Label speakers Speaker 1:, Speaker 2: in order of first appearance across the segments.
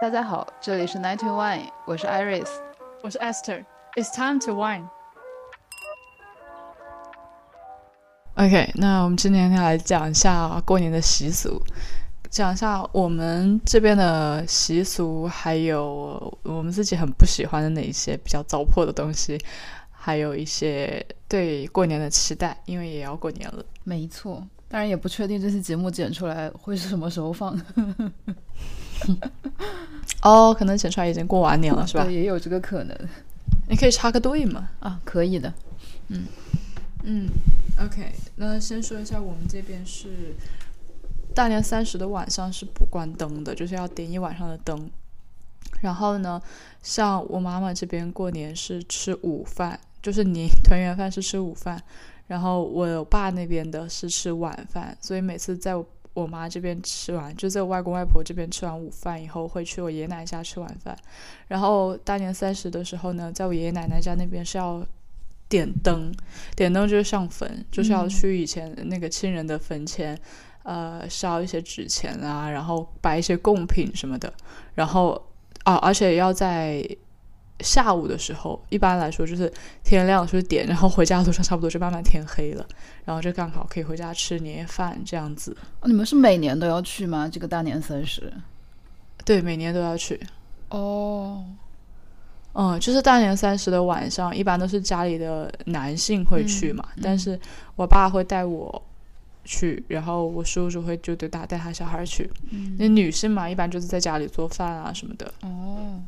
Speaker 1: 大家好，这里是 Night Wine，我是 Iris。
Speaker 2: 我是 Esther。It's time to wine。
Speaker 1: OK，那我们今天来讲一下过年的习俗，讲一下我们这边的习俗，还有我们自己很不喜欢的哪一些比较糟粕的东西，还有一些对过年的期待，因为也要过年了。
Speaker 3: 没错，当然也不确定这期节目剪出来会是什么时候放，
Speaker 1: 哦，可能剪出来已经过完年了，是 吧
Speaker 3: 对，？也有这个可能
Speaker 1: 你可以插个队嘛。
Speaker 3: 啊，可以的。
Speaker 1: 嗯，OK，那先说一下，我们这边是大年三十的晚上是不关灯的，就是要点一晚上的灯。然后呢，像我妈妈这边过年是吃午饭，就是你 团圆饭是吃午饭，然后我爸那边的是吃晚饭，所以每次在我我妈这边吃完，就在我外公外婆这边吃完午饭以后，会去我爷爷奶奶家吃晚饭。然后大年三十的时候呢，在我爷爷奶奶家那边是要点灯，点灯就是上坟，就是要去以前那个亲人的坟前，呃，烧一些纸钱啊，然后摆一些贡品什么的，然后啊，而且要在下午的时候，一般来说就是天亮就是点，然后回家的路上差不多就慢慢天黑了，然后就刚好可以回家吃年夜饭这样子。
Speaker 3: 哦你们是每年都要去吗？这个大年三十？
Speaker 1: 对，每年都要去。
Speaker 3: 哦，
Speaker 1: 嗯，就是大年三十的晚上，一般都是家里的男性会去
Speaker 3: 嗯
Speaker 1: 嘛，但是我爸会带我去，然后我叔叔会就对他带他小孩去。
Speaker 3: 嗯
Speaker 1: 那女性嘛，一般就是在家里做饭啊什么的。
Speaker 3: 哦，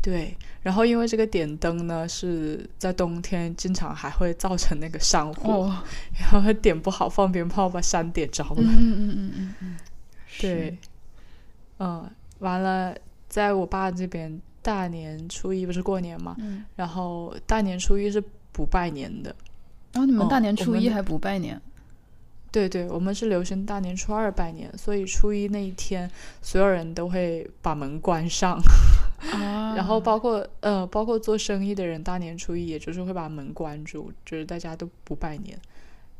Speaker 1: 对，然后因为这个点灯呢是在冬天，经常还会造成那个山火，
Speaker 3: 哦，
Speaker 1: 然后点不好放鞭炮把山点着了。
Speaker 3: 嗯嗯嗯嗯嗯，
Speaker 1: 对，嗯，完了，在我爸这边，大年初一不是过年嘛，
Speaker 3: 嗯
Speaker 1: 然后大年初一是不拜年的，
Speaker 3: 然后你们
Speaker 1: 哦
Speaker 3: 大年初
Speaker 1: 我们
Speaker 3: 一还不拜年？
Speaker 1: 对对，我们是流行大年初二拜年，所以初一那一天，所有人都会把门关上，
Speaker 3: 啊
Speaker 1: 然后包括呃，包括做生意的人，大年初一也就是会把门关住，就是大家都不拜年，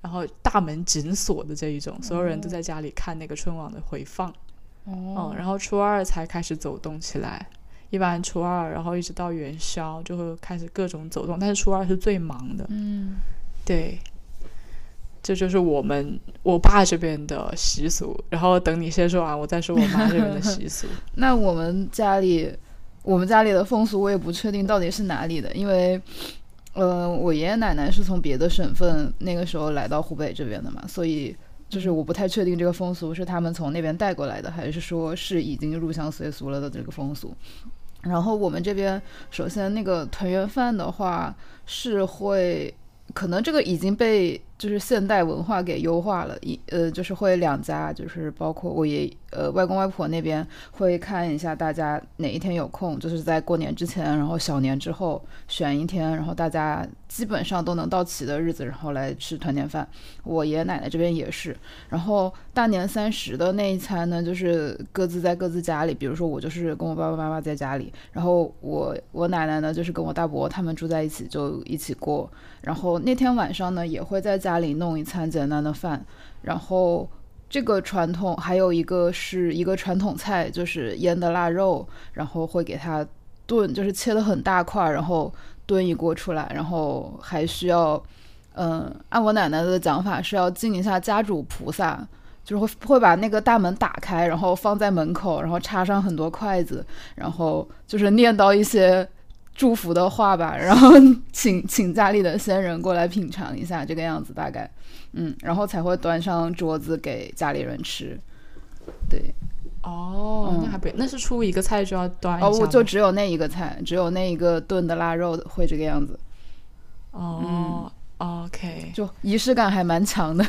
Speaker 1: 然后大门紧锁的这一种，所有人都在家里看那个春晚的回放。
Speaker 3: 哦
Speaker 1: 嗯，，然后初二才开始走动起来，一般初二，然后一直到元宵就会开始各种走动，但是初二是最忙的。
Speaker 3: 嗯，
Speaker 1: 对，这就是我们我爸这边的习俗。然后等你先说完，我再说我妈这边的习俗。
Speaker 3: 那我们家里，我们家里的风俗我也不确定到底是哪里的，因为，呃，我爷爷奶奶是从别的省份那个时候来到湖北这边的嘛，所以就是我不太确定这个风俗是他们从那边带过来的，还是说是已经入乡随俗了的这个风俗。然后我们这边，首先那个团圆饭的话是会，可能这个已经被就是现代文化给优化了，一呃就是会两家，就是包括我爷呃外公外婆那边会看一下大家哪一天有空，就是在过年之前，然后小年之后选一天，然后大家基本上都能到齐的日子，然后来吃团年饭。我爷爷奶奶这边也是，然后大年三十的那一餐呢，就是各自在各自家里，比如说我就是跟我爸爸妈妈在家里，然后我我奶奶呢就是跟我大伯他们住在一起，就一起过。然后那天晚上呢，也会在家里弄一餐简单的饭，然后。这个传统还有一个是一个传统菜，就是腌的腊肉，然后会给它炖，就是切的很大块儿，然后炖一锅出来，然后还需要，嗯，按我奶奶的讲法是要敬一下家主菩萨，就是会会把那个大门打开，然后放在门口，然后插上很多筷子，然后就是念叨一些祝福的话吧，然后请请家里的先人过来品尝一下，这个样子大概，嗯，然后才会端上桌子给家里人吃。对，
Speaker 1: 哦，那还不那是初一个菜就要端一下
Speaker 3: 哦，
Speaker 1: 吗。
Speaker 3: 我就只有那一个菜，只有那一个炖的腊肉会这个样子，
Speaker 1: 哦、o k
Speaker 3: 就仪式感还蛮强的。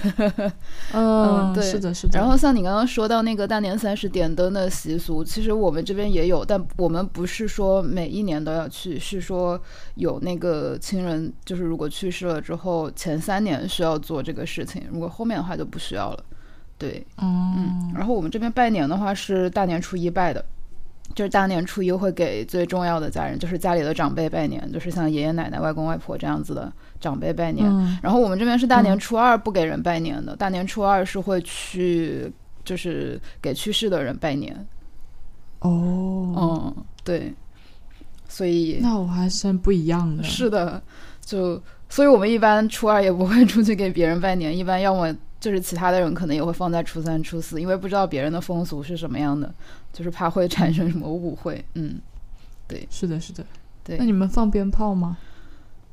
Speaker 1: 嗯，
Speaker 3: 对
Speaker 1: 是的，是的。
Speaker 3: 然后像你刚刚说到那个大年三十点灯的习俗，其实我们这边也有，但我们不是说每一年都要去，是说有那个亲人，就是如果去世了之后，前三年需要做这个事情，如果后面的话就不需要了。对，
Speaker 1: 嗯，
Speaker 3: 然后我们这边拜年的话是大年初一拜的，就是大年初一会给最重要的家人，就是家里的长辈拜年，就是像爷爷奶奶、外公外婆这样子的长辈拜年。
Speaker 1: 嗯
Speaker 3: 然后我们这边是大年初二不给人拜年的，大年初二是会去就是给去世的人拜年。
Speaker 1: 哦，
Speaker 3: 嗯，对，所以
Speaker 1: 那我还真不一样的。
Speaker 3: 是的，就所以我们一般初二也不会出去给别人拜年，一般要么就是其他的人可能也会放在初三、初四，因为不知道别人的风俗是什么样的，就是怕会产生什么误会。嗯，
Speaker 1: 是的，是的。
Speaker 3: 对
Speaker 1: 那你们放鞭炮吗？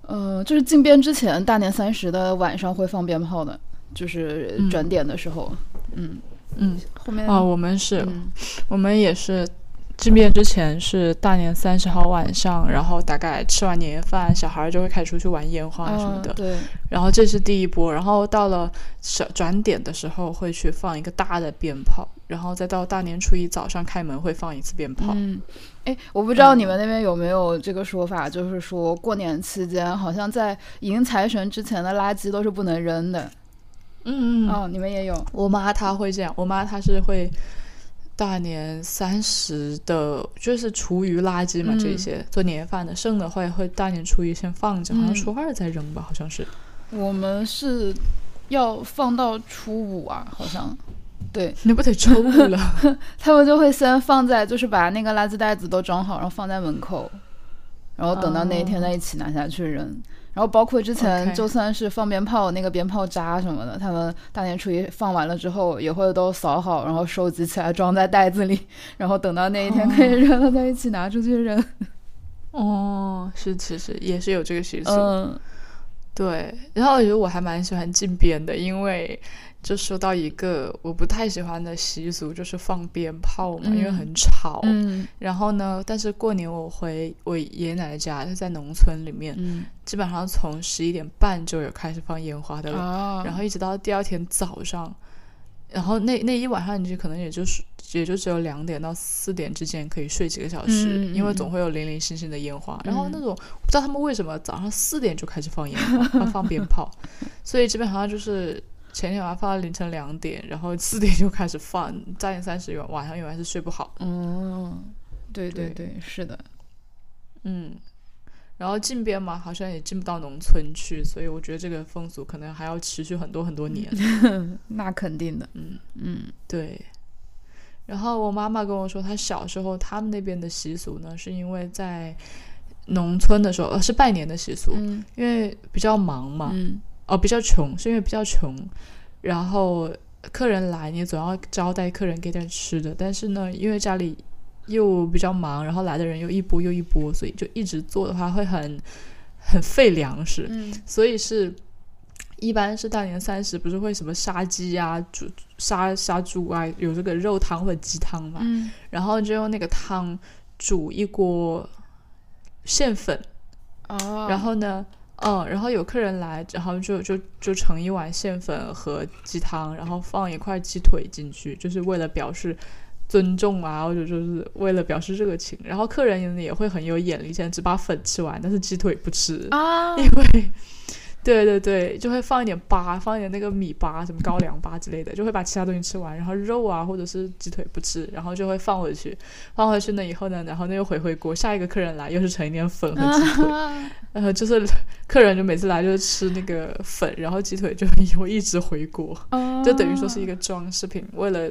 Speaker 3: 呃，就是禁鞭之前，大年三十的晚上会放鞭炮的，就是
Speaker 1: 嗯
Speaker 3: 转点的时候。嗯，
Speaker 1: 嗯，
Speaker 3: 后面
Speaker 1: 啊，我们是，
Speaker 3: 嗯
Speaker 1: 我们也是进变之前是大年三十号晚上，然后大概吃完年夜饭，小孩儿就会开始出去玩烟花什么
Speaker 3: 啊
Speaker 1: 的。
Speaker 3: 对，
Speaker 1: 然后这是第一波，然后到了小转点的时候会去放一个大的鞭炮，然后再到大年初一早上开门会放一次鞭炮。
Speaker 3: 嗯，哎，我不知
Speaker 1: 嗯
Speaker 3: 道你们那边有没有这个说法，就是说过年期间，好像在迎财神之前的垃圾都是不能扔的。
Speaker 1: 嗯
Speaker 3: 哦，你们也有。
Speaker 1: 我妈她会这样，我妈她是会大年三十的，就是厨余垃圾嘛，
Speaker 3: 嗯
Speaker 1: 这些做年夜饭的剩的会会大年初一先放着，好像
Speaker 3: 嗯
Speaker 1: 初二再扔吧，好像是。
Speaker 3: 我们是要放到初五啊，好像。对
Speaker 1: 那不得周五了？
Speaker 3: 他们就会先放在，就是把那个垃圾袋子都装好，然后放在门口，然后等到那一天再一起拿下去扔。然后包括之前
Speaker 1: 哦 OK
Speaker 3: 就算是放鞭炮那个鞭炮渣什么的，他们大年初一放完了之后也会都扫好，然后收集起来装在袋子里，然后等到那一天可以扔了再一起拿出去 扔。
Speaker 1: 哦，是是是，也是有这个习俗。
Speaker 3: 嗯
Speaker 1: 对，然后我觉得我还蛮喜欢禁鞭的，因为就说到一个我不太喜欢的习俗，就是放鞭炮嘛，因为
Speaker 3: 嗯
Speaker 1: 很吵。
Speaker 3: 嗯
Speaker 1: 然后呢，但是过年我回我爷爷奶奶家，就在农村里面，
Speaker 3: 嗯
Speaker 1: 基本上从十一点半就有开始放烟花的了，
Speaker 3: 啊，
Speaker 1: 然后一直到第二天早上，然后那那一晚上你就可能也就是也就只有两点到四点之间可以睡几个小时，
Speaker 3: 嗯嗯
Speaker 1: 因为
Speaker 3: 嗯
Speaker 1: 总会有零零星星的烟花。然后
Speaker 3: 嗯
Speaker 1: 那种不知道他们为什么早上四点就开始放烟花、啊放鞭 炮，所以基本上就是。前天晚上放到凌晨两点，然后四点就开始放，大年三十晚上永远是睡不好。
Speaker 3: 嗯，对对
Speaker 1: 对
Speaker 3: 对，是的，
Speaker 1: 嗯，然后进边嘛，好像也进不到农村去，所以我觉得这个风俗可能还要持续很多很多年。
Speaker 3: 那肯定的。
Speaker 1: 嗯
Speaker 3: 嗯。
Speaker 1: 对。然后我妈妈跟我说，她小时候他们那边的习俗呢，是因为在农村的时候，呃，是拜年的习俗，
Speaker 3: 嗯
Speaker 1: 因为比较忙嘛，
Speaker 3: 嗯
Speaker 1: 哦，比较穷，是因为比较穷，然后客人来，你总要招待客人给点吃的，但是呢，因为家里又比较忙，然后来的人又一波又一波，所以就一直做的话会很很费粮食，
Speaker 3: 嗯
Speaker 1: 所以是一般是大年三十不是会什么杀鸡啊、猪杀杀猪啊，有这个肉汤或者鸡汤嘛，
Speaker 3: 嗯
Speaker 1: 然后就用那个汤煮一锅馅粉，
Speaker 3: 哦，
Speaker 1: 然后呢，嗯，然后有客人来，然后就就就盛一碗馅粉和鸡汤，然后放一块鸡腿进去，就是为了表示尊重啊，或者就是为了表示热情。然后客人也会很有眼力见，只把粉吃完，但是鸡腿不吃，
Speaker 3: 啊
Speaker 1: 因为。对对对，就会放一点粑，放一点那个米粑、什么高粱粑之类的，就会把其他东西吃完，然后肉啊或者是鸡腿不吃，然后就会放回去。放回去呢以后呢，然后那又回回锅，下一个客人来又是盛一点粉和鸡腿，
Speaker 3: 啊
Speaker 1: 然后就是客人就每次来就是吃那个粉，然后鸡腿就会一直回锅，
Speaker 3: 啊
Speaker 1: 就等于说是一个装饰品，为了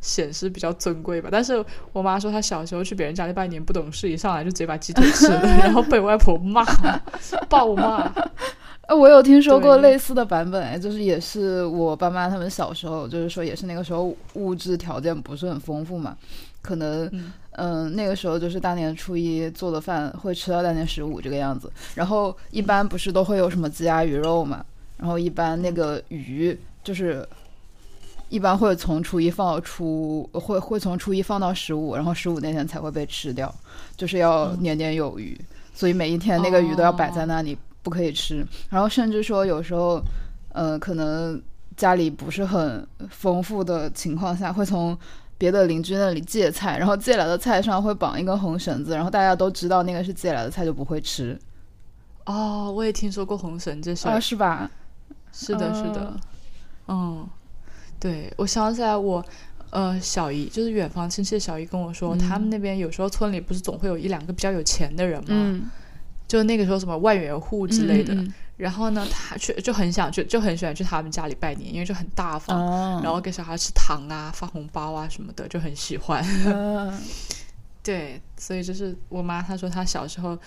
Speaker 1: 显示比较尊贵吧。但是我妈说她小时候去别人家里拜年不懂事，一上来就直接把鸡腿吃了，然后被我外婆骂， 暴骂。
Speaker 3: 呃我有听说过
Speaker 1: 对
Speaker 3: 类似的版本，哎就是也是我爸妈他们小时候，就是说也是那个时候物质条件不是很丰富嘛，可能
Speaker 1: 嗯
Speaker 3: 嗯、那个时候就是大年初一做的饭会吃到大年十五这个样子，然后一般不是都会有什么鸡鸭鱼肉嘛，然后一般那个鱼就是。一般会从初一放到初，会会从初一放到十五，然后十五那天才会被吃掉，就是要年年有余，所以每一天那个鱼都要摆在那里，不可以吃。然后甚至说有时候，呃，可能家里不是很丰富的情况下，会从别的邻居那里借菜，然后借来的菜上会绑一根红绳子，然后大家都知道那个是借来的菜，就不会吃
Speaker 1: 哦，我也听说过红绳这事
Speaker 3: 啊，
Speaker 1: 儿，
Speaker 3: 是吧？
Speaker 1: 是的，是的
Speaker 3: 嗯，
Speaker 1: 嗯，对，我想起来我。呃，小姨就是远房亲戚的小姨跟我说，
Speaker 3: 嗯
Speaker 1: 他们那边有时候村里不是总会有一两个比较有钱的人嘛，
Speaker 3: 嗯，
Speaker 1: 就那个时候什么外援户之类的，
Speaker 3: 嗯嗯
Speaker 1: 然后呢，他去就很想去，就很喜欢去他们家里拜年，因为就很大
Speaker 3: 嗯
Speaker 1: 方，然后给小孩吃糖啊、发红包啊什么的，就很喜欢。
Speaker 3: 嗯
Speaker 1: 对，所以就是我妈她说她小时候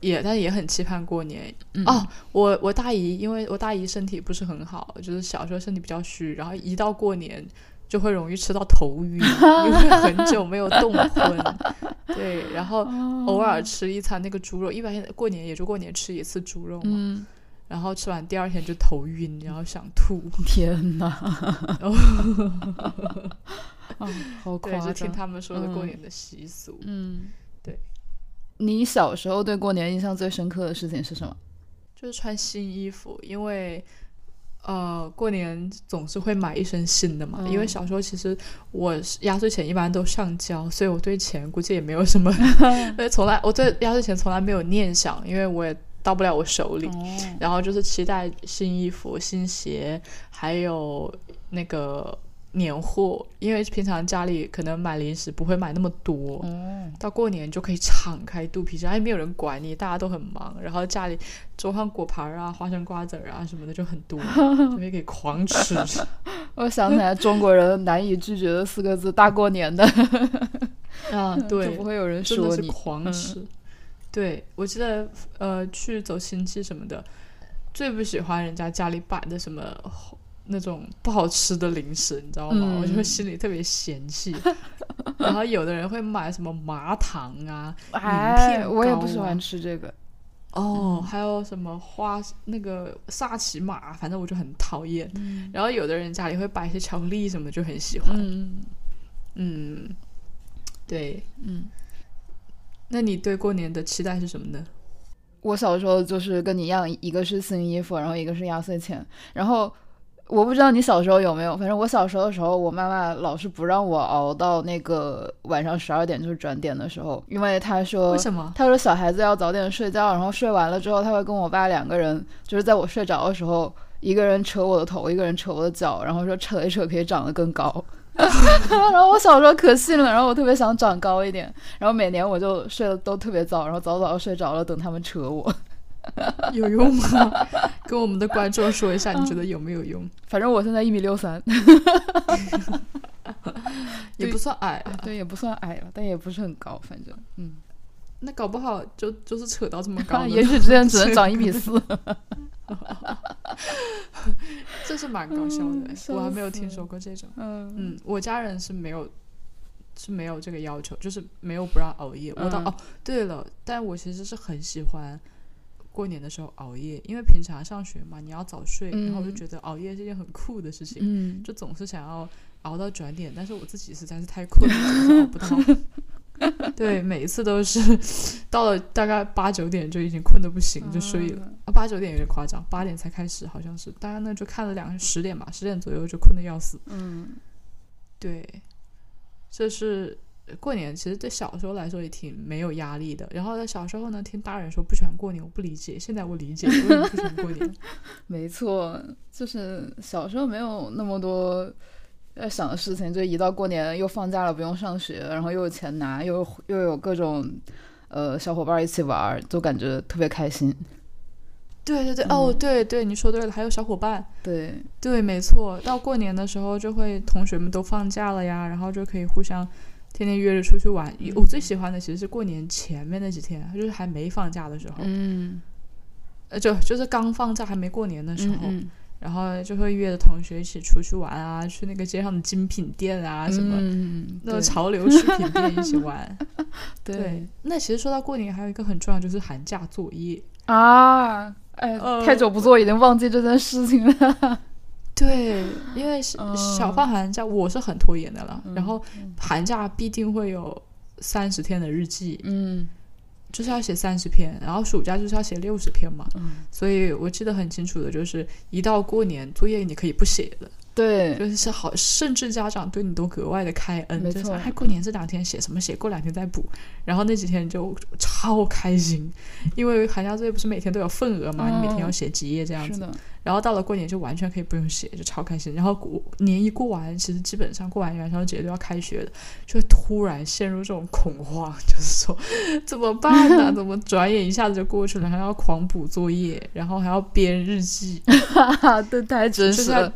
Speaker 1: 也，但也很期盼过年。
Speaker 3: 嗯
Speaker 1: 哦，我我大姨，因为我大姨身体不是很好，就是小时候身体比较虚，然后一到过年就会容易吃到头晕，因为很久没有 动荤。对，然后
Speaker 3: 哦
Speaker 1: 偶尔吃一餐那个猪肉，一般过年也就过年吃一次猪肉嘛。
Speaker 3: 嗯，
Speaker 1: 然后吃完第二天就头晕，然后想吐，
Speaker 3: 天 哪，啊，好
Speaker 1: 对，就
Speaker 3: 夸
Speaker 1: 听
Speaker 3: 张。
Speaker 1: 他们说的过
Speaker 3: 嗯
Speaker 1: 年的习俗。
Speaker 3: 嗯，
Speaker 1: 对。
Speaker 3: 你小时候对过年印象最深刻的事情是什么？
Speaker 1: 就是穿新衣服，因为呃过年总是会买一身新的嘛。因为
Speaker 3: 嗯
Speaker 1: 小时候其实我是压岁钱一般都上交，所以我对钱估计也没有什么，因为从来我对压岁钱从来没有念想，因为我也到不了我手里。
Speaker 3: 哦，
Speaker 1: 然后就是期待新衣服、新鞋，还有那个年货，因为平常家里可能买零食不会买那么多，
Speaker 3: 哦，
Speaker 1: 到过年就可以敞开肚皮，哎，没有人管你，大家都很忙，然后家里桌上果盘儿啊、花生瓜子儿啊什么的就很多，就可以给狂 吃。
Speaker 3: 我想起来中国人难以拒绝的四个字：大过年的，
Speaker 1: 啊，
Speaker 3: 嗯 就
Speaker 1: 对
Speaker 3: 不，会有人
Speaker 1: 真的
Speaker 3: 说
Speaker 1: 是
Speaker 3: 你。嗯
Speaker 1: 狂吃。对我记得，呃，去走亲戚什么的，最不喜欢人家家里摆的什么红那种不好吃的零食，你知道吗？
Speaker 3: 嗯
Speaker 1: 我就会心里特别嫌弃。然后有的人会买什么麻糖啊，
Speaker 3: 哎，
Speaker 1: 片
Speaker 3: 我也
Speaker 1: 糕
Speaker 3: 不喜
Speaker 1: 啊
Speaker 3: 欢吃这个。
Speaker 1: 哦，
Speaker 3: 嗯
Speaker 1: 还有什么花那个萨琪玛，反正我就很讨厌。然后有的人家里会摆一些巧克力什么，就很喜欢。
Speaker 3: 嗯
Speaker 1: 嗯对，
Speaker 3: 嗯，
Speaker 1: 那你对过年的期待是什么呢？
Speaker 3: 我小时候就是跟你一样，一个是新衣服，然后一个是压岁钱。然后我不知道你小时候有没有，反正我小时候的时候，我妈妈老是不让我熬到那个晚上十二点，就是转点的时候，因为她说
Speaker 1: 为什么？
Speaker 3: 他说小孩子要早点睡觉，然后睡完了之后，他会跟我爸两个人，就是在我睡着的时候，一个人扯我的头，一个人扯我的脚，然后说扯一扯可以长得更 高。然后我小时候可信了，然后我特别想长高一点，然后每年我就睡得都特别早，然后早早就睡着了，等他们扯我。
Speaker 1: 有用吗？跟我们的观众说一下，你觉得有没有用？
Speaker 3: 反正我现在一米六三，
Speaker 1: 也不算矮啊，
Speaker 3: 对，也不算矮了，但也不是很高，反正嗯，
Speaker 1: 那搞不好就就是扯到这么高
Speaker 3: 也
Speaker 1: 的，
Speaker 3: 许之前只能长一米四。
Speaker 1: 这是蛮搞笑的
Speaker 3: 嗯。笑
Speaker 1: 我还没有
Speaker 3: 死
Speaker 1: 听说过这种。
Speaker 3: 嗯
Speaker 1: 嗯，我家人是没有是没有这个要求，就是没有不让熬夜。我到、
Speaker 3: 嗯
Speaker 1: 哦，对了，但我其实是很喜欢过年的时候熬夜，因为平常上学嘛，你要早睡，然后我就
Speaker 3: 嗯
Speaker 1: 觉得熬夜是一件很酷的事情，
Speaker 3: 嗯，
Speaker 1: 就总是想要熬到转点，但是我自己实在是太困了，总是熬不到。 对，每一次都是 到了大概八九点就已经困得不行，就睡了。
Speaker 3: 嗯。
Speaker 1: 啊，八九点有点夸张，八点才开始好像是，大概那就看了两十点吧，十点左右就困得要死。
Speaker 3: 嗯
Speaker 1: 对，这是呃过年，其实对小时候来说也挺没有压力的。然后在小时候呢，听大人说不喜欢过年，我不理解，现在我理解为什么不喜欢过年。
Speaker 3: 没错，就是小时候没有那么多要想的事情，就一到过年又放假了，不用上学，然后又有钱拿，又又有各种呃小伙伴一起玩儿，就感觉特别开心。
Speaker 1: 对对对，哦，对对，你说对了，还有小伙伴。
Speaker 3: 对，
Speaker 1: 对，没错，到过年的时候就会同学们都放假了呀，然后就可以互相天天约着出去玩。我最喜欢的其实是过年前面那几天，就是还没放假的时候，
Speaker 3: 嗯，
Speaker 1: 呃，就就是刚放假还没过年的时
Speaker 3: 嗯
Speaker 1: 候，然后就会约着同学一起出去玩啊，去那个街上的精品店啊什么。
Speaker 3: 嗯，
Speaker 1: 那种潮流饰品店一起 玩。
Speaker 3: 对
Speaker 1: 对，那其实说到过年，还有一个很重要就是寒假作业。
Speaker 3: 啊，哎，
Speaker 1: 呃
Speaker 3: 太久不做，已经忘记这件事情了。
Speaker 1: 对， 因为是
Speaker 3: 嗯
Speaker 1: 小放寒假，我是很拖延的了。
Speaker 3: 嗯
Speaker 1: 然后寒假必定会有三十天的日记，
Speaker 3: 嗯
Speaker 1: 就是要写三十篇，然后暑假就是要写六十篇嘛。
Speaker 3: 嗯，
Speaker 1: 所以我记得很清楚的，就是一到过年，作业你可以不写了，
Speaker 3: 对，
Speaker 1: 就是好，甚至家长对你都格外的开恩，
Speaker 3: 没
Speaker 1: 就是
Speaker 3: 错
Speaker 1: 哎，过年这两天写什么写，过两天再补。然后那几天就超开心，因为寒假作业不是每天都有份额嘛，你每天要
Speaker 3: 嗯
Speaker 1: 写几页这样
Speaker 3: 是
Speaker 1: 子。
Speaker 3: 的，
Speaker 1: 然后到了过年就完全可以不用写，就超开心。然后过年一过完，其实基本上过完元宵节都要开学了，就会突然陷入这种恐慌， 就是说怎么办 呢、怎么转眼一下子就过去了，还要狂补作业，然后还要编日记。
Speaker 3: 哈哈，啊对，太真
Speaker 1: 就是
Speaker 3: 实
Speaker 1: 要
Speaker 3: 了。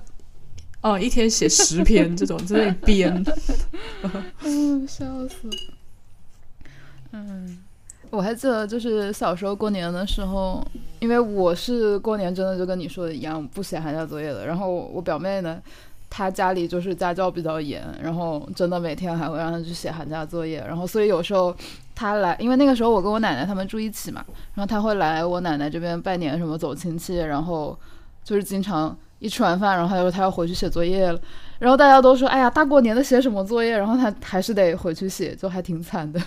Speaker 1: 哦，一天 写十篇这种，在那里编。
Speaker 3: 嗯，笑死。
Speaker 2: 嗯，
Speaker 3: 我还记得，就是小时候过年的时候，因为我是过年真的就跟你说的一样，不写寒假作业的。然后我表妹呢，她家里就是家教比较严，然后真的每天还会让她去写寒假作业。然后所以有时候她来，因为那个时候我跟我奶奶他们住一起嘛，然后她会来我奶奶这边拜年什么走亲戚，然后就是经常一吃完饭，然后她就说她要回去写作业了。然后大家都说，哎呀，大过年的写什么作业？然后她还是得回去写，就还挺惨的。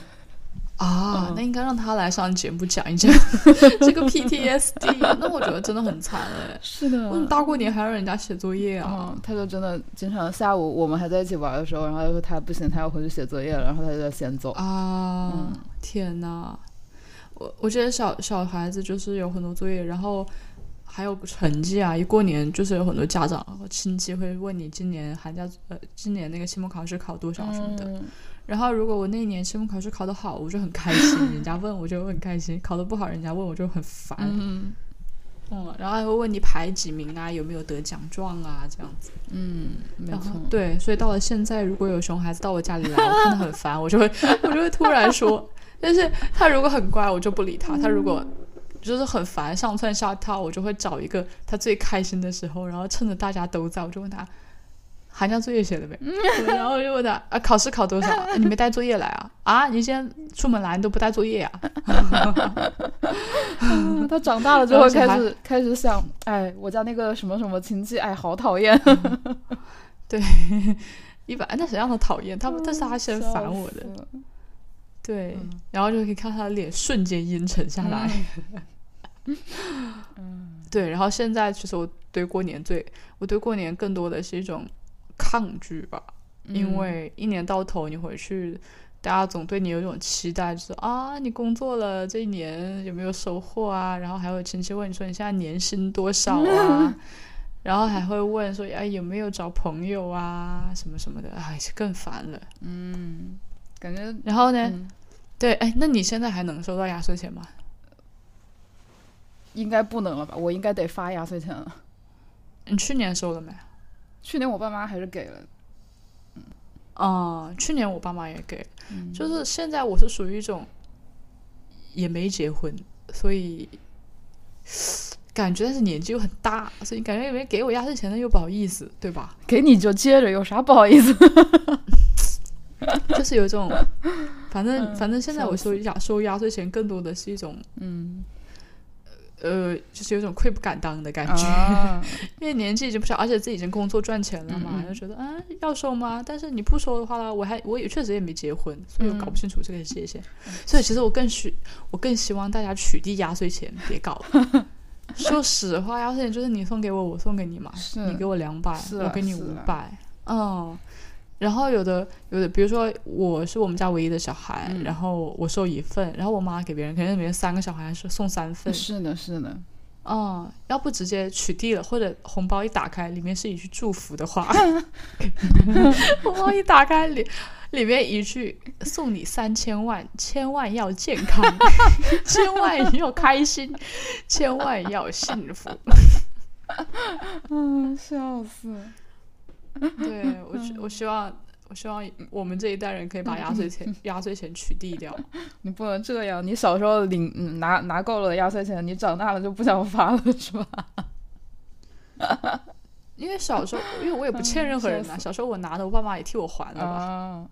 Speaker 1: 啊，
Speaker 3: 嗯
Speaker 1: 那应该让他来上节目讲一 讲这个 PTSD。那我觉得真的很惨 哎，
Speaker 3: 是的
Speaker 1: 为什么大过年还让人家写作业啊？
Speaker 3: 嗯，他就真的经常下午我们还在一起玩的时候，然后他就说他不行，他要回去写作业了，然后他就要先走。
Speaker 1: 啊，
Speaker 3: 嗯
Speaker 1: 天哪！我我觉得小小孩子就是有很多作业，然后还有成绩啊。一过年就是有很多家长和亲戚会问你今年寒假呃今年那个期末考试考多
Speaker 3: 啊
Speaker 1: 少什么的。然后如果我那一年期末考试考得好，我就很开心，人家问我就很开心；考得不好，人家问我就很烦。
Speaker 3: 嗯
Speaker 1: 嗯，然后还会问你排几名啊，有没有得奖状啊，这样子。
Speaker 3: 嗯，没
Speaker 1: 然
Speaker 3: 错
Speaker 1: 后，对，所以到了现在，如果有熊孩子到我家里来，我看他很烦，我就 会我就会突然说，但是他如果很乖，我就不理他；他如果
Speaker 3: 嗯
Speaker 1: 就是很烦，上蹿下跳，我就会找一个他最开心的时候，然后趁着大家都在，我就问他寒假作业写了没，
Speaker 3: 嗯
Speaker 1: 然后我就问他啊考试考多少啊，你没带作业来啊？啊，你今天出门来你都不带作业啊？
Speaker 3: 啊他长大了之
Speaker 1: 然
Speaker 3: 后
Speaker 1: 后小
Speaker 3: 开
Speaker 1: 孩
Speaker 3: 始开始想，哎，我家那个什么什么亲戚，哎，好讨 厌。
Speaker 1: 一般哎那谁让他讨厌他们，但是他先
Speaker 3: 笑
Speaker 1: 烦我的。
Speaker 3: 死了
Speaker 1: 对，
Speaker 3: 嗯
Speaker 1: 然后就可以看他的脸瞬间阴沉下来。 对，然后现在其实我对过年最，我对过年更多的是一种抗拒吧，
Speaker 3: 嗯
Speaker 1: 因为一年到头你回去，大家总对你有一种期待，就是啊，你工作了这一年有没有收获啊？然后还有亲戚问你说你现在年薪多少啊？然后还会问说，哎，有没有找朋友啊，什么什么的，哎，更烦了。
Speaker 3: 嗯，感觉
Speaker 1: 然后呢，
Speaker 3: 嗯
Speaker 1: 对，哎，那你现在还能收到压岁钱吗？
Speaker 3: 应该不能了吧？我应该得发压岁钱了。
Speaker 1: 你去年收了没？
Speaker 3: 去年我爸妈还是给了，
Speaker 1: 啊、去年我爸妈也给，
Speaker 3: 哦嗯
Speaker 1: 就是现在我是属于一种也没结婚，所以感觉但是年纪又很大，所以感觉有没有给我压岁钱的又不好意思，对吧？
Speaker 3: 给你就接着，有啥不好意思？
Speaker 1: 就是有一种，反正
Speaker 3: 嗯
Speaker 1: 反正现在
Speaker 3: 笑
Speaker 1: 我收压收压岁钱更多的是一种
Speaker 3: 嗯，
Speaker 1: 呃，就是有一种愧不敢当的感觉，
Speaker 3: 啊，
Speaker 1: 因为年纪已经不小，而且自己已经工作赚钱了嘛，
Speaker 3: 嗯嗯
Speaker 1: 就觉得啊要收吗？但是你不收的话呢，我还我也确实也没结婚，所以我搞
Speaker 3: 嗯
Speaker 1: 不清楚这个界限。所以其实我更希我更希望大家取缔压岁钱，别搞 了。说实话，压岁钱就是你送给我，我送给你嘛，
Speaker 3: 是
Speaker 1: 你给我两百，
Speaker 3: 是啊
Speaker 1: 我给你
Speaker 3: 是
Speaker 1: 五
Speaker 3: 啊
Speaker 1: 百，嗯。然后有的有的，比如说我是我们家唯一的小孩，
Speaker 3: 嗯
Speaker 1: 然后我收一份，然后我妈给别人，可能别人三个小孩是送三份，
Speaker 3: 是的，是的。
Speaker 1: 哦，要不直接取缔了，或者红包一打开，里面是一句祝福 的话，红包一打开里里面一句送你三千万，千万要健 康，千万要开心，千万要幸福。
Speaker 3: 嗯，笑死。
Speaker 1: 对我希，
Speaker 3: 嗯
Speaker 1: 我希望。我希望我们这一代人可以把压 岁钱、压岁钱取缔掉。
Speaker 3: 你不能这样，你小时候领嗯拿拿够了压岁钱，你长大了就不想发了，是 吧？
Speaker 1: 因为小时候，因为我也不欠任何 人呐、
Speaker 3: 笑
Speaker 1: 小时候我拿的，我爸妈也替我还了吧，
Speaker 3: 啊，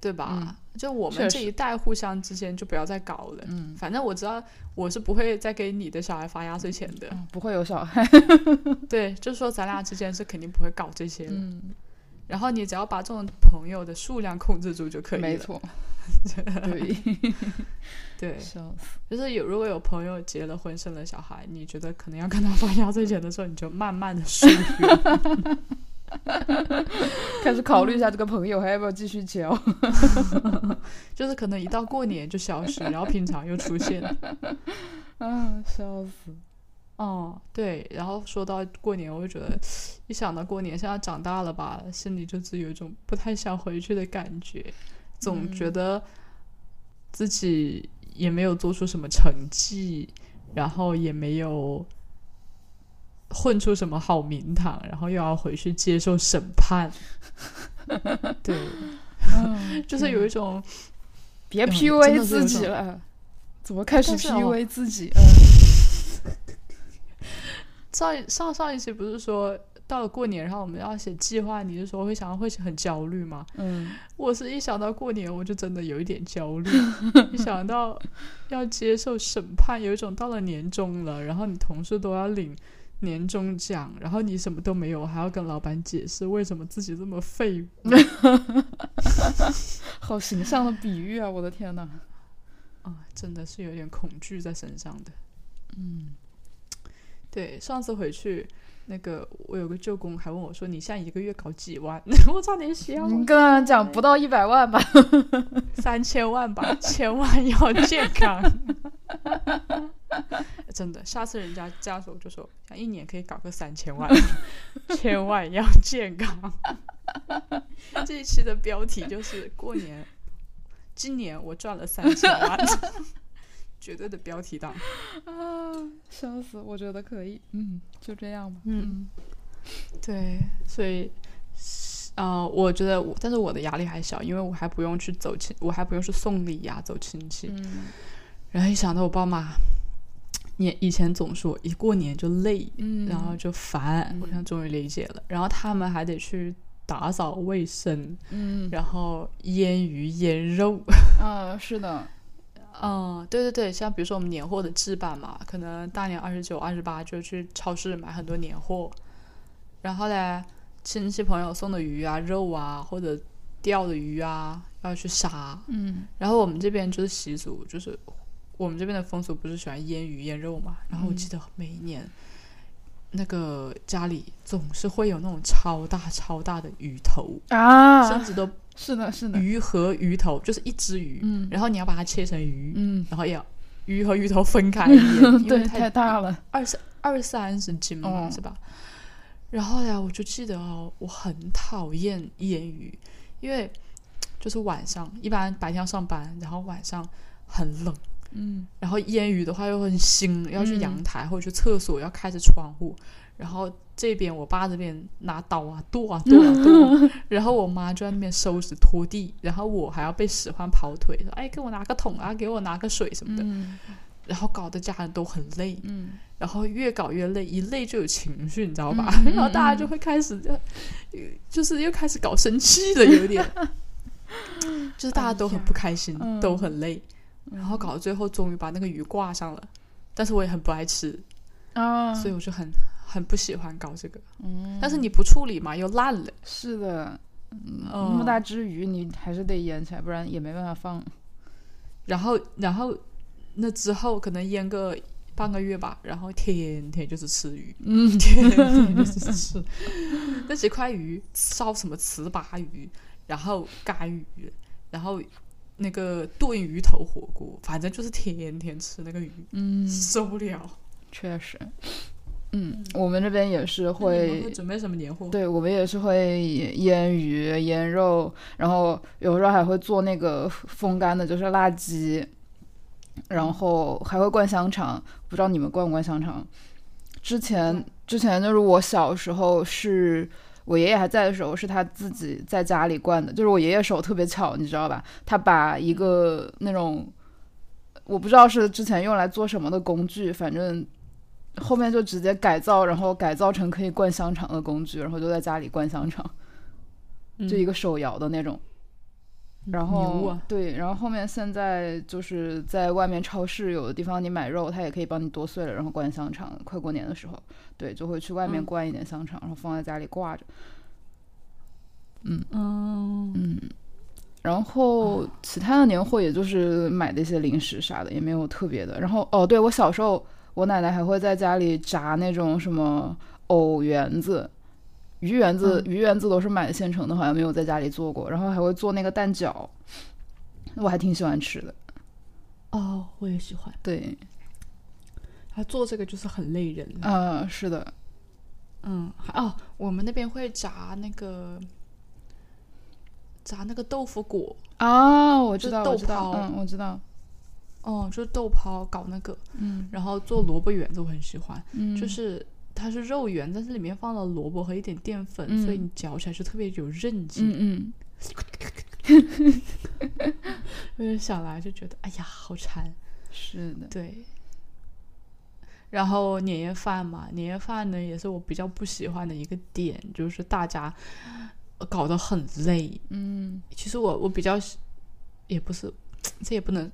Speaker 1: 对吧？
Speaker 3: 嗯
Speaker 1: 就我
Speaker 3: 确
Speaker 1: 们这
Speaker 3: 实
Speaker 1: 一代互相之间就不要再搞了。
Speaker 3: 嗯，
Speaker 1: 反正我知道我是不会再给你的小孩发压岁钱的。
Speaker 3: 嗯不会有小孩，
Speaker 1: 对，就是说咱俩之间是肯定不会搞这些的。
Speaker 3: 嗯，
Speaker 1: 然后你只要把这种朋友的数量控制住就可以了。
Speaker 3: 没，错， 对，
Speaker 1: 对，
Speaker 3: 笑死，
Speaker 1: 就是有如果有朋友结了婚生了小孩，你觉得可能要跟他发压岁钱的时候，你就慢慢的疏远。
Speaker 3: 开始考虑一下这个朋友还要不要继续交。
Speaker 1: 就是可能一到过年就消失，然后平常又出现。
Speaker 3: 啊，笑死，
Speaker 1: 哦，对。然后说到过年，我就觉得一想到过年，现在长大了吧，心里就是有一种不太想回去的感觉，总觉得自己也没有做出什么成绩，然后也没有混出什么好名堂，然后又要回去接受审判。对，
Speaker 3: 嗯，
Speaker 1: 就是有一种
Speaker 3: 别
Speaker 1: 嗯
Speaker 3: PUA
Speaker 1: 真的是有
Speaker 3: 自己
Speaker 1: 种
Speaker 3: 了，怎么开始
Speaker 1: 但是哦
Speaker 3: PUA 自 己？嗯，
Speaker 1: 上一上上一期不是说到了过年，然后我们要写计划，你是说会想到会很焦虑吗？
Speaker 3: 嗯，
Speaker 1: 我是一想到过年，我就真的有一点焦虑，一想到要接受审判，有一种到了年终了，然后你同事都要领年终奖，然后你什么都没有，还要跟老板解释为什么自己这么废物。
Speaker 3: 好形象的比喻啊！我的天呐，
Speaker 1: 啊，真的是有点恐惧在身上的。
Speaker 3: 嗯，
Speaker 1: 对，上次回去，那个我有个舅公还问我说：“你现在一个月搞几万？” 我差点笑 了，
Speaker 3: 你跟他讲不到一百万吧？
Speaker 1: 三千万 吧，千万要健康。 真的，下次人家家属就说，想一年可以搞个三千 万，千万要健康。 这一期的标题就是过年，今年我赚了三千 万，绝对的标题党。
Speaker 3: 啊， 笑死！我觉得可以，嗯，就这样吧。
Speaker 1: 嗯，对，所以，呃，我觉得我，但是我的压力还小，因为我还不用去走亲，我还不用去送礼呀、走亲戚。
Speaker 3: 嗯
Speaker 1: 然后一想到我爸妈，你以前总说一过年就累，
Speaker 3: 嗯
Speaker 1: 然后就烦，我现在终于理解了。然后他们还得去打扫卫生，
Speaker 3: 嗯
Speaker 1: 然后腌鱼腌 肉。
Speaker 3: 啊，是的，
Speaker 1: 嗯，对对对，像比如说我们年货的置办嘛，可能大年二十九、二十八就去超市买很多年货，然后嘞，亲戚朋友送的鱼啊、肉啊，或者钓的鱼啊，要去杀。
Speaker 3: 嗯
Speaker 1: 然后我们这边就是习俗，就是我们这边的风俗不是喜欢腌鱼腌肉嘛？然后我
Speaker 3: 嗯
Speaker 1: 记得每一年，那个家里总是会有那种超大超大的鱼头，
Speaker 3: 啊
Speaker 1: 甚，至都
Speaker 3: 是的，是的，
Speaker 1: 鱼和鱼头就是一只鱼，
Speaker 3: 嗯
Speaker 1: 然后你要把它切成鱼，
Speaker 3: 嗯，
Speaker 1: 然后要鱼和鱼头分开 腌，因为
Speaker 3: 对，太大了，
Speaker 1: 二三二三十斤嘛，
Speaker 3: 嗯
Speaker 1: 是吧？然后呀，我就记得哦，我很讨厌腌鱼，因为就是晚上，一般白天要上班，然后晚上很冷，
Speaker 3: 嗯
Speaker 1: 然后腌鱼的话又很腥，要去
Speaker 3: 嗯
Speaker 1: 阳台、或者去厕所，要开着窗户，然后这边我爸这边拿刀啊剁啊剁啊剁啊，然后我妈就在那边收拾拖地，然后我还要被使唤跑腿，说哎给我拿个桶啊，给我拿个水什么的，
Speaker 3: 嗯
Speaker 1: 然后搞得家人都很累，
Speaker 3: 嗯，
Speaker 1: 然后越搞越累，一累就有情绪，你知道吧？
Speaker 3: 嗯嗯嗯
Speaker 1: 然后大家就会开始就就是又开始搞生气了，有 点，就是大家都很不开心，
Speaker 3: 哎呀嗯嗯
Speaker 1: 都很累，然后搞到最后终于把那个鱼挂上了，但是我也很不爱吃，
Speaker 3: 啊，
Speaker 1: 所以我就很很不喜欢搞这个。
Speaker 3: 嗯
Speaker 1: 但是你不处理嘛，又烂了，
Speaker 3: 是的，嗯
Speaker 1: 哦
Speaker 3: 那么大只鱼你还是得腌起来，不然也没办法放。
Speaker 1: 然后然后那之后可能腌个半个月吧，然后天天就是吃鱼，
Speaker 3: 嗯
Speaker 1: 天天就是吃那几块鱼，烧什么糍粑鱼，然后干鱼，然后那个炖鱼头火锅，反正就是天天吃那个鱼，
Speaker 3: 嗯，
Speaker 1: 受不了。
Speaker 3: 确实，嗯，我们这边也是
Speaker 1: 那你们
Speaker 3: 会
Speaker 1: 会准备什么年货？
Speaker 3: 对，我们也是会腌鱼、腌肉，然后有时候还会做那个风干的，就是辣鸡，然后还会灌香肠。不知道你们灌不灌香肠？之前之前就是我小时候是。我爷爷还在的时候，是他自己在家里灌的。就是我爷爷手特别巧，你知道吧？他把一个那种我不知道是之前用来做什么的工具，反正后面就直接改造，然后改造成可以灌香肠的工具，然后就在家里灌香肠，
Speaker 1: 嗯
Speaker 3: 就一个手摇的那种。然
Speaker 1: 牛
Speaker 3: 后、
Speaker 1: 啊
Speaker 3: 对，然后后面现在就是在外面超市有的地方你买肉，它也可以帮你剁碎了，然后灌香肠。快过年的时候，对，就会去外面
Speaker 1: 嗯
Speaker 3: 灌一点香肠，然后放在家里挂着。
Speaker 1: 嗯，
Speaker 3: 嗯，然后其他的年货也就是买的一些零食啥的，也没有特别的。然后哦，对我小时候，我奶奶还会在家里炸那种什么藕圆子、鱼圆子、
Speaker 1: 嗯
Speaker 3: 鱼圆子都是买的现成的，好像没有在家里做过。然后还会做那个蛋饺，我还挺喜欢吃的。
Speaker 1: 哦，我也喜欢。
Speaker 3: 对，
Speaker 1: 他做这个就是很累人了。
Speaker 3: 啊、是的，
Speaker 1: 嗯，还哦，我们那边会炸那个炸那个豆腐果，
Speaker 3: 啊，我
Speaker 1: 就
Speaker 3: 知
Speaker 1: 是
Speaker 3: 道，
Speaker 1: 豆
Speaker 3: 我知道，
Speaker 1: 泡
Speaker 3: 嗯，我知道，
Speaker 1: 哦，就是豆泡搞那个，
Speaker 3: 嗯
Speaker 1: 然后做萝卜圆子我很喜欢。
Speaker 3: 嗯，
Speaker 1: 就是它是肉圆，但是里面放了萝卜和一点淀粉，
Speaker 3: 嗯
Speaker 1: 所以你嚼起来就特别有韧劲。
Speaker 3: 嗯嗯，
Speaker 1: 就是想来就觉得哎呀好馋，
Speaker 3: 是的，
Speaker 1: 对。然后年夜饭嘛，年夜饭呢也是我比较不喜欢的一个点，就是大家呃搞得很累。
Speaker 3: 嗯
Speaker 1: 其实我我比较喜也不是，这也不能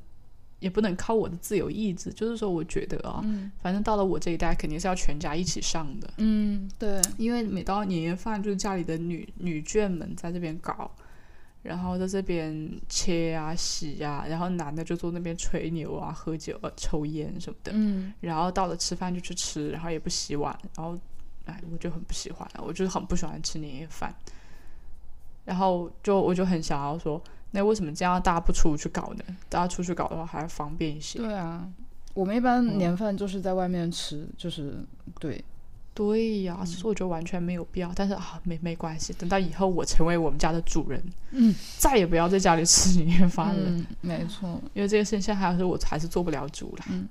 Speaker 1: 也不能靠我的自由意志，就是说我觉得啊，
Speaker 3: 嗯
Speaker 1: 反正到了我这一代肯定是要全家一起上的，
Speaker 3: 嗯，对，
Speaker 1: 因为每到年夜饭，就是家里的女女眷们在这边搞，然后在这边切啊、洗啊，然后男的就坐那边吹牛啊、喝酒、啊、抽烟什么的，
Speaker 3: 嗯
Speaker 1: 然后到了吃饭就去吃，然后也不洗碗，然后，哎，我就很不喜欢，我就是很不喜欢吃年夜饭，然后就我就很想要说，那为什么这样大家不出去搞呢？大家出去搞的话还要方便一些。
Speaker 3: 对啊，我们一般
Speaker 1: 嗯
Speaker 3: 年饭就是在外面吃，就是对，嗯
Speaker 1: 对呀、所以我觉得完全没有必要。但是啊，没没关系，等到以后我成为我们家的主人，
Speaker 3: 嗯，
Speaker 1: 再也不要在家里吃年夜饭了，
Speaker 3: 嗯，没错，
Speaker 1: 因为这个现象还是我还是做不了主了。
Speaker 3: 嗯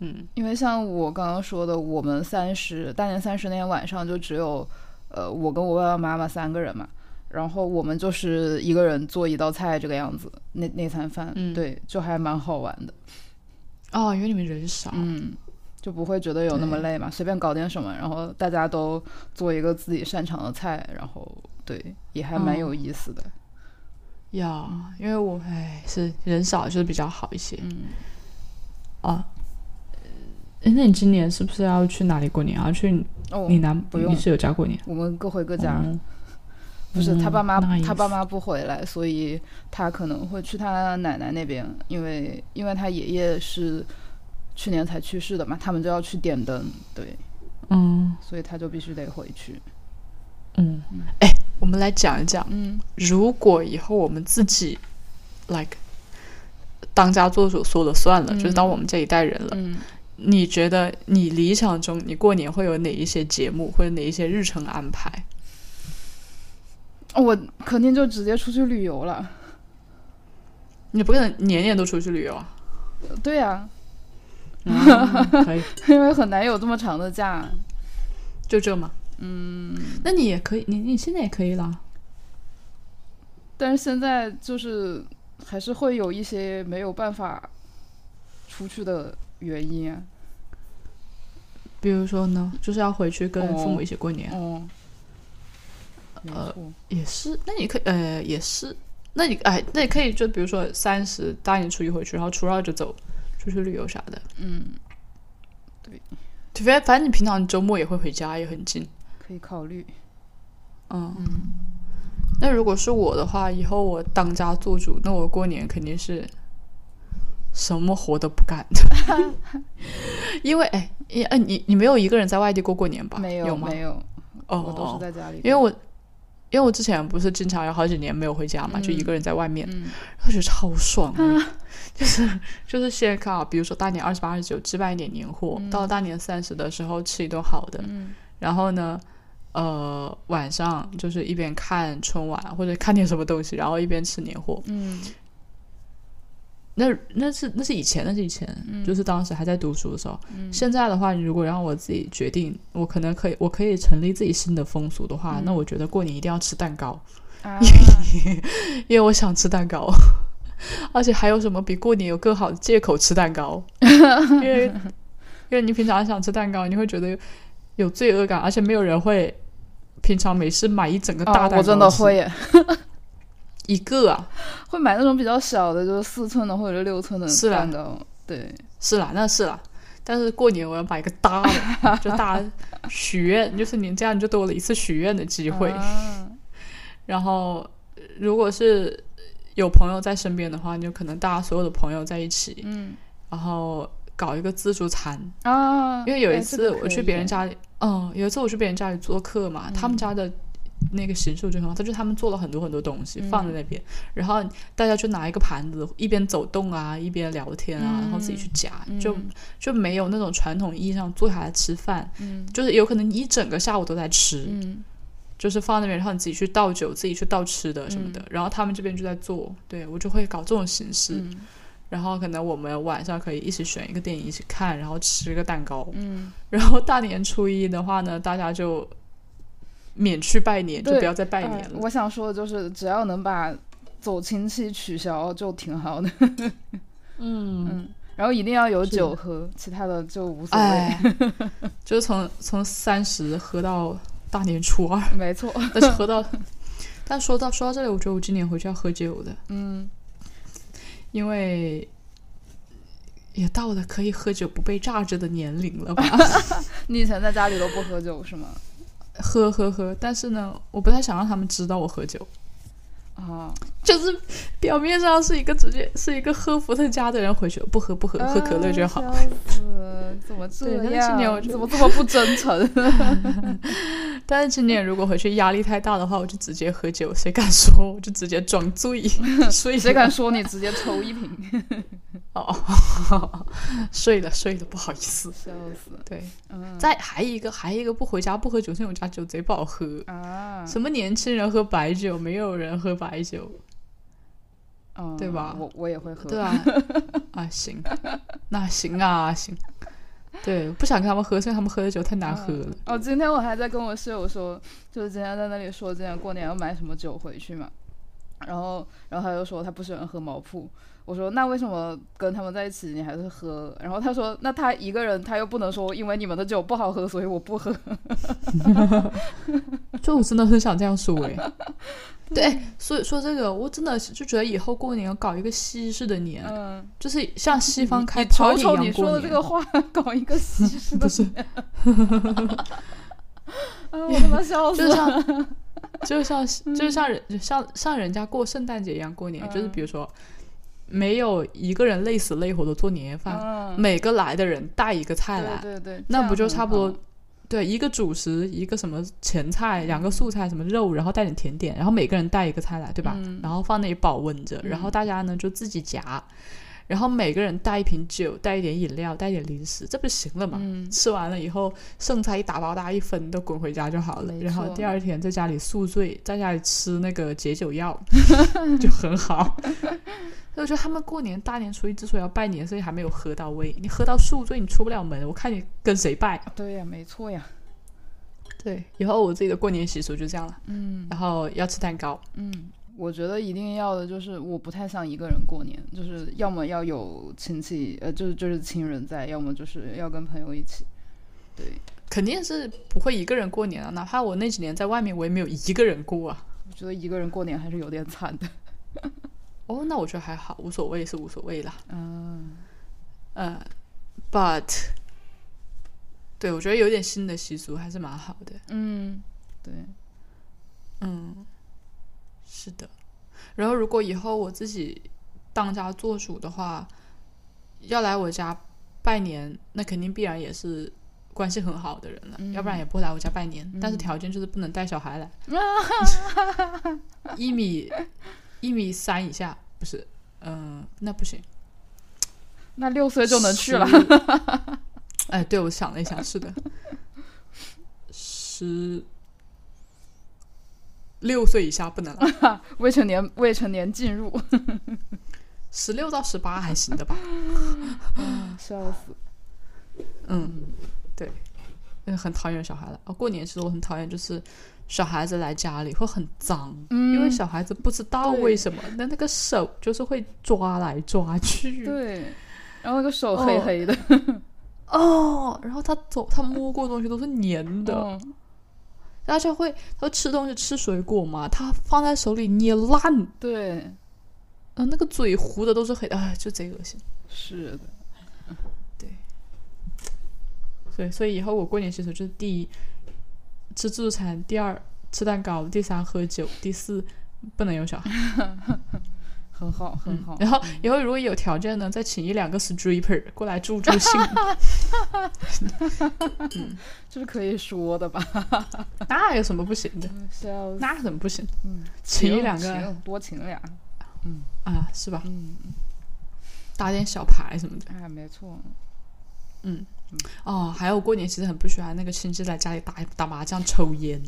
Speaker 1: 嗯
Speaker 3: 因为像我刚刚说的，我们三十大年三十那天晚上就只有，呃，我跟我爸爸妈妈三个人嘛，然后我们就是一个人做一道菜这个样子，那那餐饭，
Speaker 1: 嗯
Speaker 3: 对，就还蛮好玩的，
Speaker 1: 哦，因为你们人少，
Speaker 3: 嗯，就不会觉得有那么累嘛，随便搞点什么，然后大家都做一个自己擅长的菜，然后对，也还蛮
Speaker 1: 嗯
Speaker 3: 有意思的，
Speaker 1: 呀、因为我哎是人少就是比较好一些。
Speaker 3: 嗯
Speaker 1: 啊，哎，那你今年是不是要去哪里过年啊？要去你
Speaker 3: 哦，
Speaker 1: 你南
Speaker 3: 不用
Speaker 1: 你室友家过年？
Speaker 3: 我们各回各家。
Speaker 1: 哦
Speaker 3: 不是他爸妈，
Speaker 1: 嗯
Speaker 3: 他爸
Speaker 1: nice
Speaker 3: 妈不回来，所以他可能会去他奶奶那边，因为因为他爷爷是去年才去世的嘛，他们就要去点灯，对，
Speaker 1: 嗯
Speaker 3: 所以他就必须得回去。
Speaker 1: 嗯，哎、我们来讲一讲。
Speaker 3: 嗯
Speaker 1: 如果以后我们自己，like，当家做主说了算了，
Speaker 3: 嗯
Speaker 1: 就是当我们这一代人了。
Speaker 3: 嗯，
Speaker 1: 你觉得你理想中你过年会有哪一些节目或者哪一些日程安排？
Speaker 3: 我肯定就直接出去旅游了。
Speaker 1: 你不可能年年都出去旅游啊？
Speaker 3: 对呀、 嗯
Speaker 1: 可以，
Speaker 3: 因为很难有这么长的假。
Speaker 1: 就这嘛。嗯，那你也可以，你你现在也可以啦。
Speaker 3: 但是现在就是还是会有一些没有办法出去的原因、啊。
Speaker 1: 比如说呢，就是要回去跟
Speaker 3: 哦
Speaker 1: 父母一起过年，
Speaker 3: 哦，没
Speaker 1: 呃
Speaker 3: 错，
Speaker 1: 也是。那你可以，呃，也是。那你哎，那你可以就比如说三十大年初一回去，然后初二就走出去旅游啥的。
Speaker 3: 嗯，
Speaker 1: 除非反正你平常周末也会回家，也很近。
Speaker 3: 可以考虑。
Speaker 1: 嗯，
Speaker 3: 嗯。
Speaker 1: 那如果是我的话，以后我当家做主，那我过年肯定是什么活都不干 因为哎，你哎你你没有一个人在外地过过年吧？
Speaker 3: 没
Speaker 1: 有吗？
Speaker 3: 没有，
Speaker 1: 哦，
Speaker 3: 我都是
Speaker 1: 哦
Speaker 3: 在家里。
Speaker 1: 因为我因为我之前不是经常有好几年没有回家嘛，就一个人在外面，
Speaker 3: 嗯啊
Speaker 1: 我觉得超爽的， 就是就是先看啊，比如说大年二十八、二十九置办一点年货，到了大年三十的时候吃一顿好的，
Speaker 3: 嗯
Speaker 1: 然后呢，呃，晚上就是一边看春晚或者看点什么东西，然后一边吃年货。
Speaker 3: 嗯
Speaker 1: 那那是那是以前，那是以前，
Speaker 3: 嗯
Speaker 1: 就是当时还在读书的时候。现在的话，如果让我自己决定，我可能可以，我可以成立自己新的风俗的话，那我觉得过年一定要吃蛋糕，
Speaker 3: 啊，
Speaker 1: 因为我想吃蛋糕。 而且还有什么比过年有更好的借口吃蛋糕？ 因为因为你平常想吃蛋糕，你会觉得有罪恶感，而且没有人会平常没事买一整个大蛋
Speaker 3: 啊
Speaker 1: 糕、
Speaker 3: 我真的会耶，
Speaker 1: 一个啊，
Speaker 3: 会买那种比较小的，就是四寸的或者六寸的
Speaker 1: 是啦
Speaker 3: 蛋糕。对，
Speaker 1: 是啦，那是啦。但是过年我要买一个大的，就大家许愿， 就是你这样就多了一次许愿的机会。
Speaker 3: 啊
Speaker 1: 然后，呃如果是有朋友在身边的话，你就可能大家所有的朋友在一起，
Speaker 3: 嗯
Speaker 1: 然后搞一个自助餐。
Speaker 3: 啊，
Speaker 1: 因为有
Speaker 3: 哎
Speaker 1: 一
Speaker 3: 这
Speaker 1: 次
Speaker 3: 个可
Speaker 1: 我去
Speaker 3: 以
Speaker 1: 别人家里，嗯，有一次我去别人家里做客嘛，他们家的那个形式我就很好，他就他们做了很多很多东西、放在那边，然后大家就拿一个盘子，一边走动啊，一边聊天啊，
Speaker 3: 嗯
Speaker 1: 然后自己去夹，就就没有那种传统意义上坐下来吃饭，
Speaker 3: 嗯
Speaker 1: 就是有可能一整个下午都在吃，
Speaker 3: 嗯
Speaker 1: 就是放那边，然后你自己去倒酒，自己去倒吃的什么的，然后他们这边就在做，对我就会搞这种形式。
Speaker 3: 嗯
Speaker 1: 然后可能我们晚上可以一起选一个电影一起看，然后吃个蛋糕，
Speaker 3: 嗯，
Speaker 1: 然后大年初一的话呢，大家就免去拜年，就
Speaker 3: 对
Speaker 1: 不要再拜
Speaker 3: 哎
Speaker 1: 年了。
Speaker 3: 我想说的就是，只要能把走亲戚取消就挺好的，
Speaker 1: 嗯，
Speaker 3: 嗯，然后一定要有
Speaker 1: 是
Speaker 3: 酒喝，其他的就无所谓，
Speaker 1: 哎，就是从从三十喝到大年 初二，
Speaker 3: 没错，
Speaker 1: 但是喝到，但说到说到这里，我觉得我今年回去要喝酒的，
Speaker 3: 嗯，
Speaker 1: 因为呃也到了可以喝酒不被榨着的年龄了吧。
Speaker 3: 你以前在家里都不喝酒是吗？
Speaker 1: 喝喝喝，但是呢，我不太想让他们知道我喝酒，
Speaker 3: 啊，
Speaker 1: 就是表面上是一个直接是一个喝伏特加的人回去不喝不喝喝可乐就好。
Speaker 3: 啊笑死，怎么这
Speaker 1: 对但
Speaker 3: 样？
Speaker 1: 是去年我就
Speaker 3: 怎么这么不真诚？
Speaker 1: 但是今年如果回去压力太大的话，我就直接喝酒，谁敢说我就直接装 醉，睡了
Speaker 3: 谁敢说你直接抽一瓶？
Speaker 1: 哦， 睡了睡了，不好意思。
Speaker 3: 笑死，
Speaker 1: 对，
Speaker 3: 嗯
Speaker 1: 再还一个还一个不回家不喝酒，是因为我家酒贼不好喝。
Speaker 3: 啊，
Speaker 1: 什么年轻人喝白酒？没有人喝白酒，
Speaker 3: 嗯
Speaker 1: 对吧
Speaker 3: 我我也会喝，
Speaker 1: 对啊，啊行，那行啊行，对，我不想跟他们喝，所以他们喝的酒太难喝了。
Speaker 3: 哦，今天我还在跟我室友说，就是今天在那里说今年过年要买什么酒回去嘛，然后然后他就说他不喜欢喝毛铺，我说那为什么跟他们在一起你还是喝？然后他说那他一个人他又不能说因为你们的酒不好喝所以我不喝，嗯
Speaker 1: 就我真的很想这样说哎、 对，所以说这个，我真的是就觉得以后过年要搞一个西式的年，
Speaker 3: 嗯，
Speaker 1: 就是像西方开
Speaker 3: 你瞅
Speaker 1: party 一
Speaker 3: 瞅
Speaker 1: 样
Speaker 3: 你说
Speaker 1: 过
Speaker 3: 的
Speaker 1: 年。
Speaker 3: 这个话，搞一个 西式的
Speaker 1: 不，是，
Speaker 3: 哎
Speaker 1: 啊
Speaker 3: 呦我 他妈笑死
Speaker 1: 就
Speaker 3: 了，
Speaker 1: 像 就像就像人像像人家过圣诞节一样过年，就是
Speaker 3: 嗯
Speaker 1: 比如说没有一个人累死累活的做年夜饭，
Speaker 3: 嗯，
Speaker 1: 每个来的人带一个菜来，
Speaker 3: 对对对，
Speaker 1: 那
Speaker 3: 这
Speaker 1: 不
Speaker 3: 样
Speaker 1: 就
Speaker 3: 很
Speaker 1: 差不多
Speaker 3: 好？
Speaker 1: 对，一个主食，一个什么前菜，两个素菜，什么肉，然后带点甜点，然后每个人带一个菜来，对吧？
Speaker 3: 嗯
Speaker 1: 然后放那里保温着，然后大家呢就自己夹，然后每个人带一瓶酒，带一点饮料，带一点零食，这不就行了嘛？
Speaker 3: 嗯
Speaker 1: 吃完了以后，剩菜一打包，大家一分都滚回家就好了。
Speaker 3: 没
Speaker 1: 然后
Speaker 3: 错
Speaker 1: 第二天在家里宿醉，在家里吃那个解酒药， 就 很好。所以我觉得他们过年大年初一之所以要拜年，是因为还没有喝到位。你喝到宿醉，你出不了门，我看你跟谁拜。
Speaker 3: 啊对呀，没错呀，
Speaker 1: 对，以后我自己的过年习俗就这样了。
Speaker 3: 嗯。
Speaker 1: 然后要吃蛋糕，
Speaker 3: 嗯，我觉得一定要的就是，我不太想一个人过年，就是要么要有亲戚，呃，就是就是亲人在，要么就是要跟朋友一起。对，
Speaker 1: 肯定是不会一个人过年啊。哪怕我那几年在外面，我也没有一个人过啊。
Speaker 3: 我觉得一个人过年还是有点惨的。
Speaker 1: 哦，那我觉得还好，无所谓是无所谓啦。
Speaker 3: 嗯，
Speaker 1: 呃，but，对我觉得有点新的习俗还是蛮好的。
Speaker 3: 嗯，对，
Speaker 1: 嗯，是的。然后如果以后我自己当家做主的话，要来我家拜年，那肯定必然也是关系很好的人了，要不然也不会来我家拜年。但是条件就是不能带小孩来，一米一米三以下不是，嗯、那不行。
Speaker 3: 那六岁就能去了。
Speaker 1: 十。 哎，对，我想了一下，是的，十六岁以下不能了，
Speaker 3: 未成年，未成年进入，
Speaker 1: 十六到十八还行的吧？
Speaker 3: 啊 笑死。
Speaker 1: 嗯，对，嗯，很讨厌小孩了。哦，过年其实我很讨厌，就是小孩子来家里会很脏。
Speaker 3: 嗯，
Speaker 1: 因为小孩子不知道
Speaker 3: 对
Speaker 1: 为什么，那那个手就是会抓来抓去，
Speaker 3: 对，然后那个手黑
Speaker 1: 哦
Speaker 3: 黑的，
Speaker 1: 哦，然后他走，他摸过的东西都是粘的，
Speaker 3: 嗯
Speaker 1: 他就会，他会吃东西吃水果嘛，他放在手里捏烂，嗯、
Speaker 3: 对，
Speaker 1: 那个嘴糊的都是黑的，哎，就贼恶心。
Speaker 3: 是的，
Speaker 1: 所以，所以以后我过年习俗就是：第一，吃自助餐；第二，吃蛋糕；第三，喝酒；第四，不能有小孩。
Speaker 3: 很好，很好。
Speaker 1: 然后以后如果有条件呢，再请一两个 stripper 过来助助 兴。
Speaker 3: 这是可以说的吧？
Speaker 1: 那有什么不行的？
Speaker 3: 笑死，
Speaker 1: 那有什么不行？
Speaker 3: 嗯，
Speaker 1: 请一
Speaker 3: 请
Speaker 1: 两个
Speaker 3: 请多请俩，
Speaker 1: 啊，是吧？
Speaker 3: 嗯，
Speaker 1: 打点小牌什么的。
Speaker 3: 哎，没错，
Speaker 1: 哦，还有过年其实很不喜欢那个亲戚来家里打打麻将、抽烟。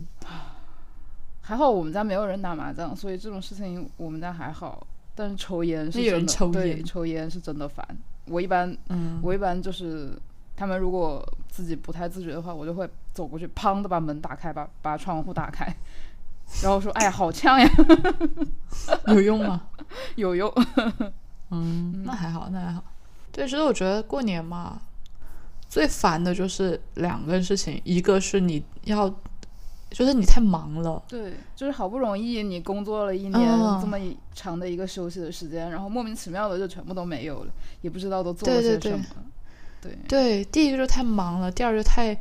Speaker 3: 还好我们家没有人打麻将，所以这种事情我们家还好。但是抽烟是真的，
Speaker 1: 那有人抽烟
Speaker 3: 对，抽烟是真的烦。我一般，
Speaker 1: 嗯，
Speaker 3: 我一般就是他们如果自己不太自觉的话，我就会走过去，砰的把门打开，把把窗户打开， 然后我说哎呀好呛呀，
Speaker 1: 有用吗？
Speaker 3: 有用。
Speaker 1: 嗯，那还好，那还好。对，其实我觉得过年嘛，最烦的就是两个事情，一个是你要，就是你太忙了，
Speaker 3: 对，就是好不容易你工作了一年
Speaker 1: 嗯
Speaker 3: 这么一长的一个休息的时间，然后莫名其妙的就全部都没有了，也不知道都做了
Speaker 1: 对
Speaker 3: 些
Speaker 1: 对
Speaker 3: 什
Speaker 1: 对
Speaker 3: 么。对
Speaker 1: 对，第一个就是太忙了，第二个就太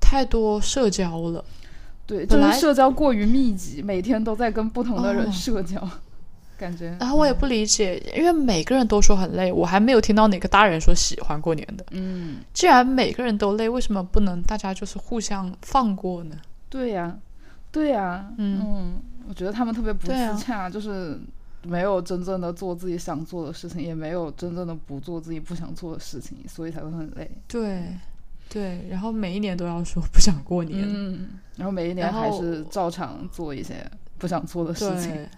Speaker 1: 太多社交了，
Speaker 3: 对，
Speaker 1: 本
Speaker 3: 就是
Speaker 1: 来
Speaker 3: 社交过于密集，每天都在跟不同的人
Speaker 1: 哦
Speaker 3: 社交， 感觉
Speaker 1: 然后我也不理解，因为每个人都说很累，我还没有听到哪个大人说喜欢过年的。
Speaker 3: 嗯，
Speaker 1: 既然每个人都累，为什么不能大家就是互相放过呢？
Speaker 3: 对呀、对呀、
Speaker 1: 嗯
Speaker 3: 我觉得他们特别不
Speaker 1: 对啊
Speaker 3: 自洽，就是没有真正的做自己想做的事情，也没有真正的不做自己不想做的事情，所以才会很累。
Speaker 1: 对，对，然后每一年都要说不想过年，
Speaker 3: 嗯，然后每一年
Speaker 1: 然后
Speaker 3: 还是照常做一些不想做的事情。
Speaker 1: 对，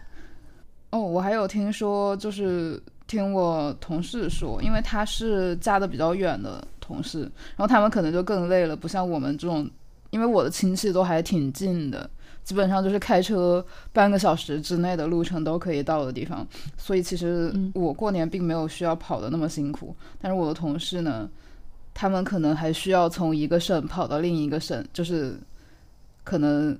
Speaker 3: 哦，我还有听说，就是听我同事说，因为他是嫁的比较远的同事，然后他们可能就更累了，不像我们这种，因为我的亲戚都还挺近的，基本上就是开车半个小时之内的路程都可以到的地方，所以其实
Speaker 1: 嗯
Speaker 3: 我过年并没有需要跑的那么辛苦，但是我的同事呢，他们可能还需要从一个省跑到另一个省，就是可能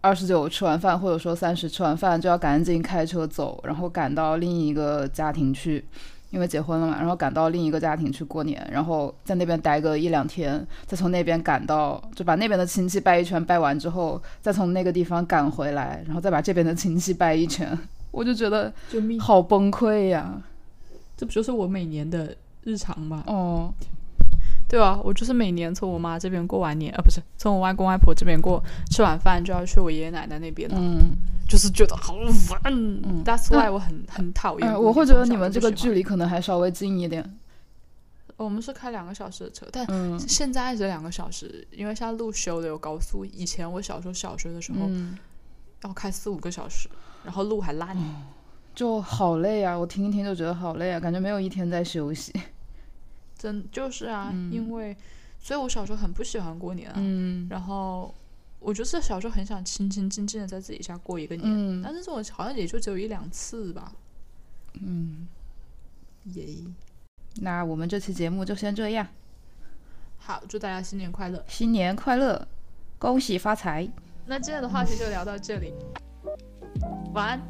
Speaker 3: 二十九吃完饭，或者说三十吃完饭就要赶紧开车走，然后赶到另一个家庭去，因为结婚了嘛，然后赶到另一个家庭去过年，然后在那边待个一两天，再从那边赶到，就把那边的亲戚拜一圈，拜完之后，再从那个地方赶回来，然后再把这边的亲戚拜一圈，我就觉得
Speaker 1: 救命！
Speaker 3: 好崩溃呀！
Speaker 1: 这不就是我每年的日常吗？
Speaker 3: 哦，
Speaker 1: 对啊，我就是每年从我妈这边过完年，啊，不是从我外公外婆这边过，吃完饭就要去我爷爷奶奶那边了，
Speaker 3: 嗯。
Speaker 1: 就是觉得好烦。
Speaker 3: 嗯
Speaker 1: That's why
Speaker 3: 嗯
Speaker 1: 我很很讨厌
Speaker 3: 哎，
Speaker 1: 过年、
Speaker 3: 我会觉
Speaker 1: 从
Speaker 3: 得
Speaker 1: 小
Speaker 3: 你们
Speaker 1: 就
Speaker 3: 这
Speaker 1: 不
Speaker 3: 个
Speaker 1: 喜
Speaker 3: 距
Speaker 1: 欢
Speaker 3: 离可能还稍微近一点。
Speaker 1: 我们是开两个小时的车，但
Speaker 3: 嗯
Speaker 1: 现在只两个小时，因为现在路修了有高速。以前我小时候小学的时候、
Speaker 3: 嗯，
Speaker 1: 要开四五个小时，然后路还烂。
Speaker 3: 就好累啊！我听一听就觉得好累啊，感觉没有一天在休息。
Speaker 1: 真就是啊，因为所以我小时候很不喜欢过年啊。
Speaker 3: 嗯
Speaker 1: 然后我就是小时候很想清清静静的在自己家过一个年，
Speaker 3: 嗯
Speaker 1: 但是这种好像也就只有一两次吧。
Speaker 3: 嗯，
Speaker 1: 耶！
Speaker 3: 那我们这期节目就先这样，
Speaker 1: 好，祝大家新年快乐。
Speaker 3: 新年快乐，恭喜发财，
Speaker 1: 那今天的话题就聊到这里，晚安，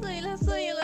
Speaker 1: 睡了睡了。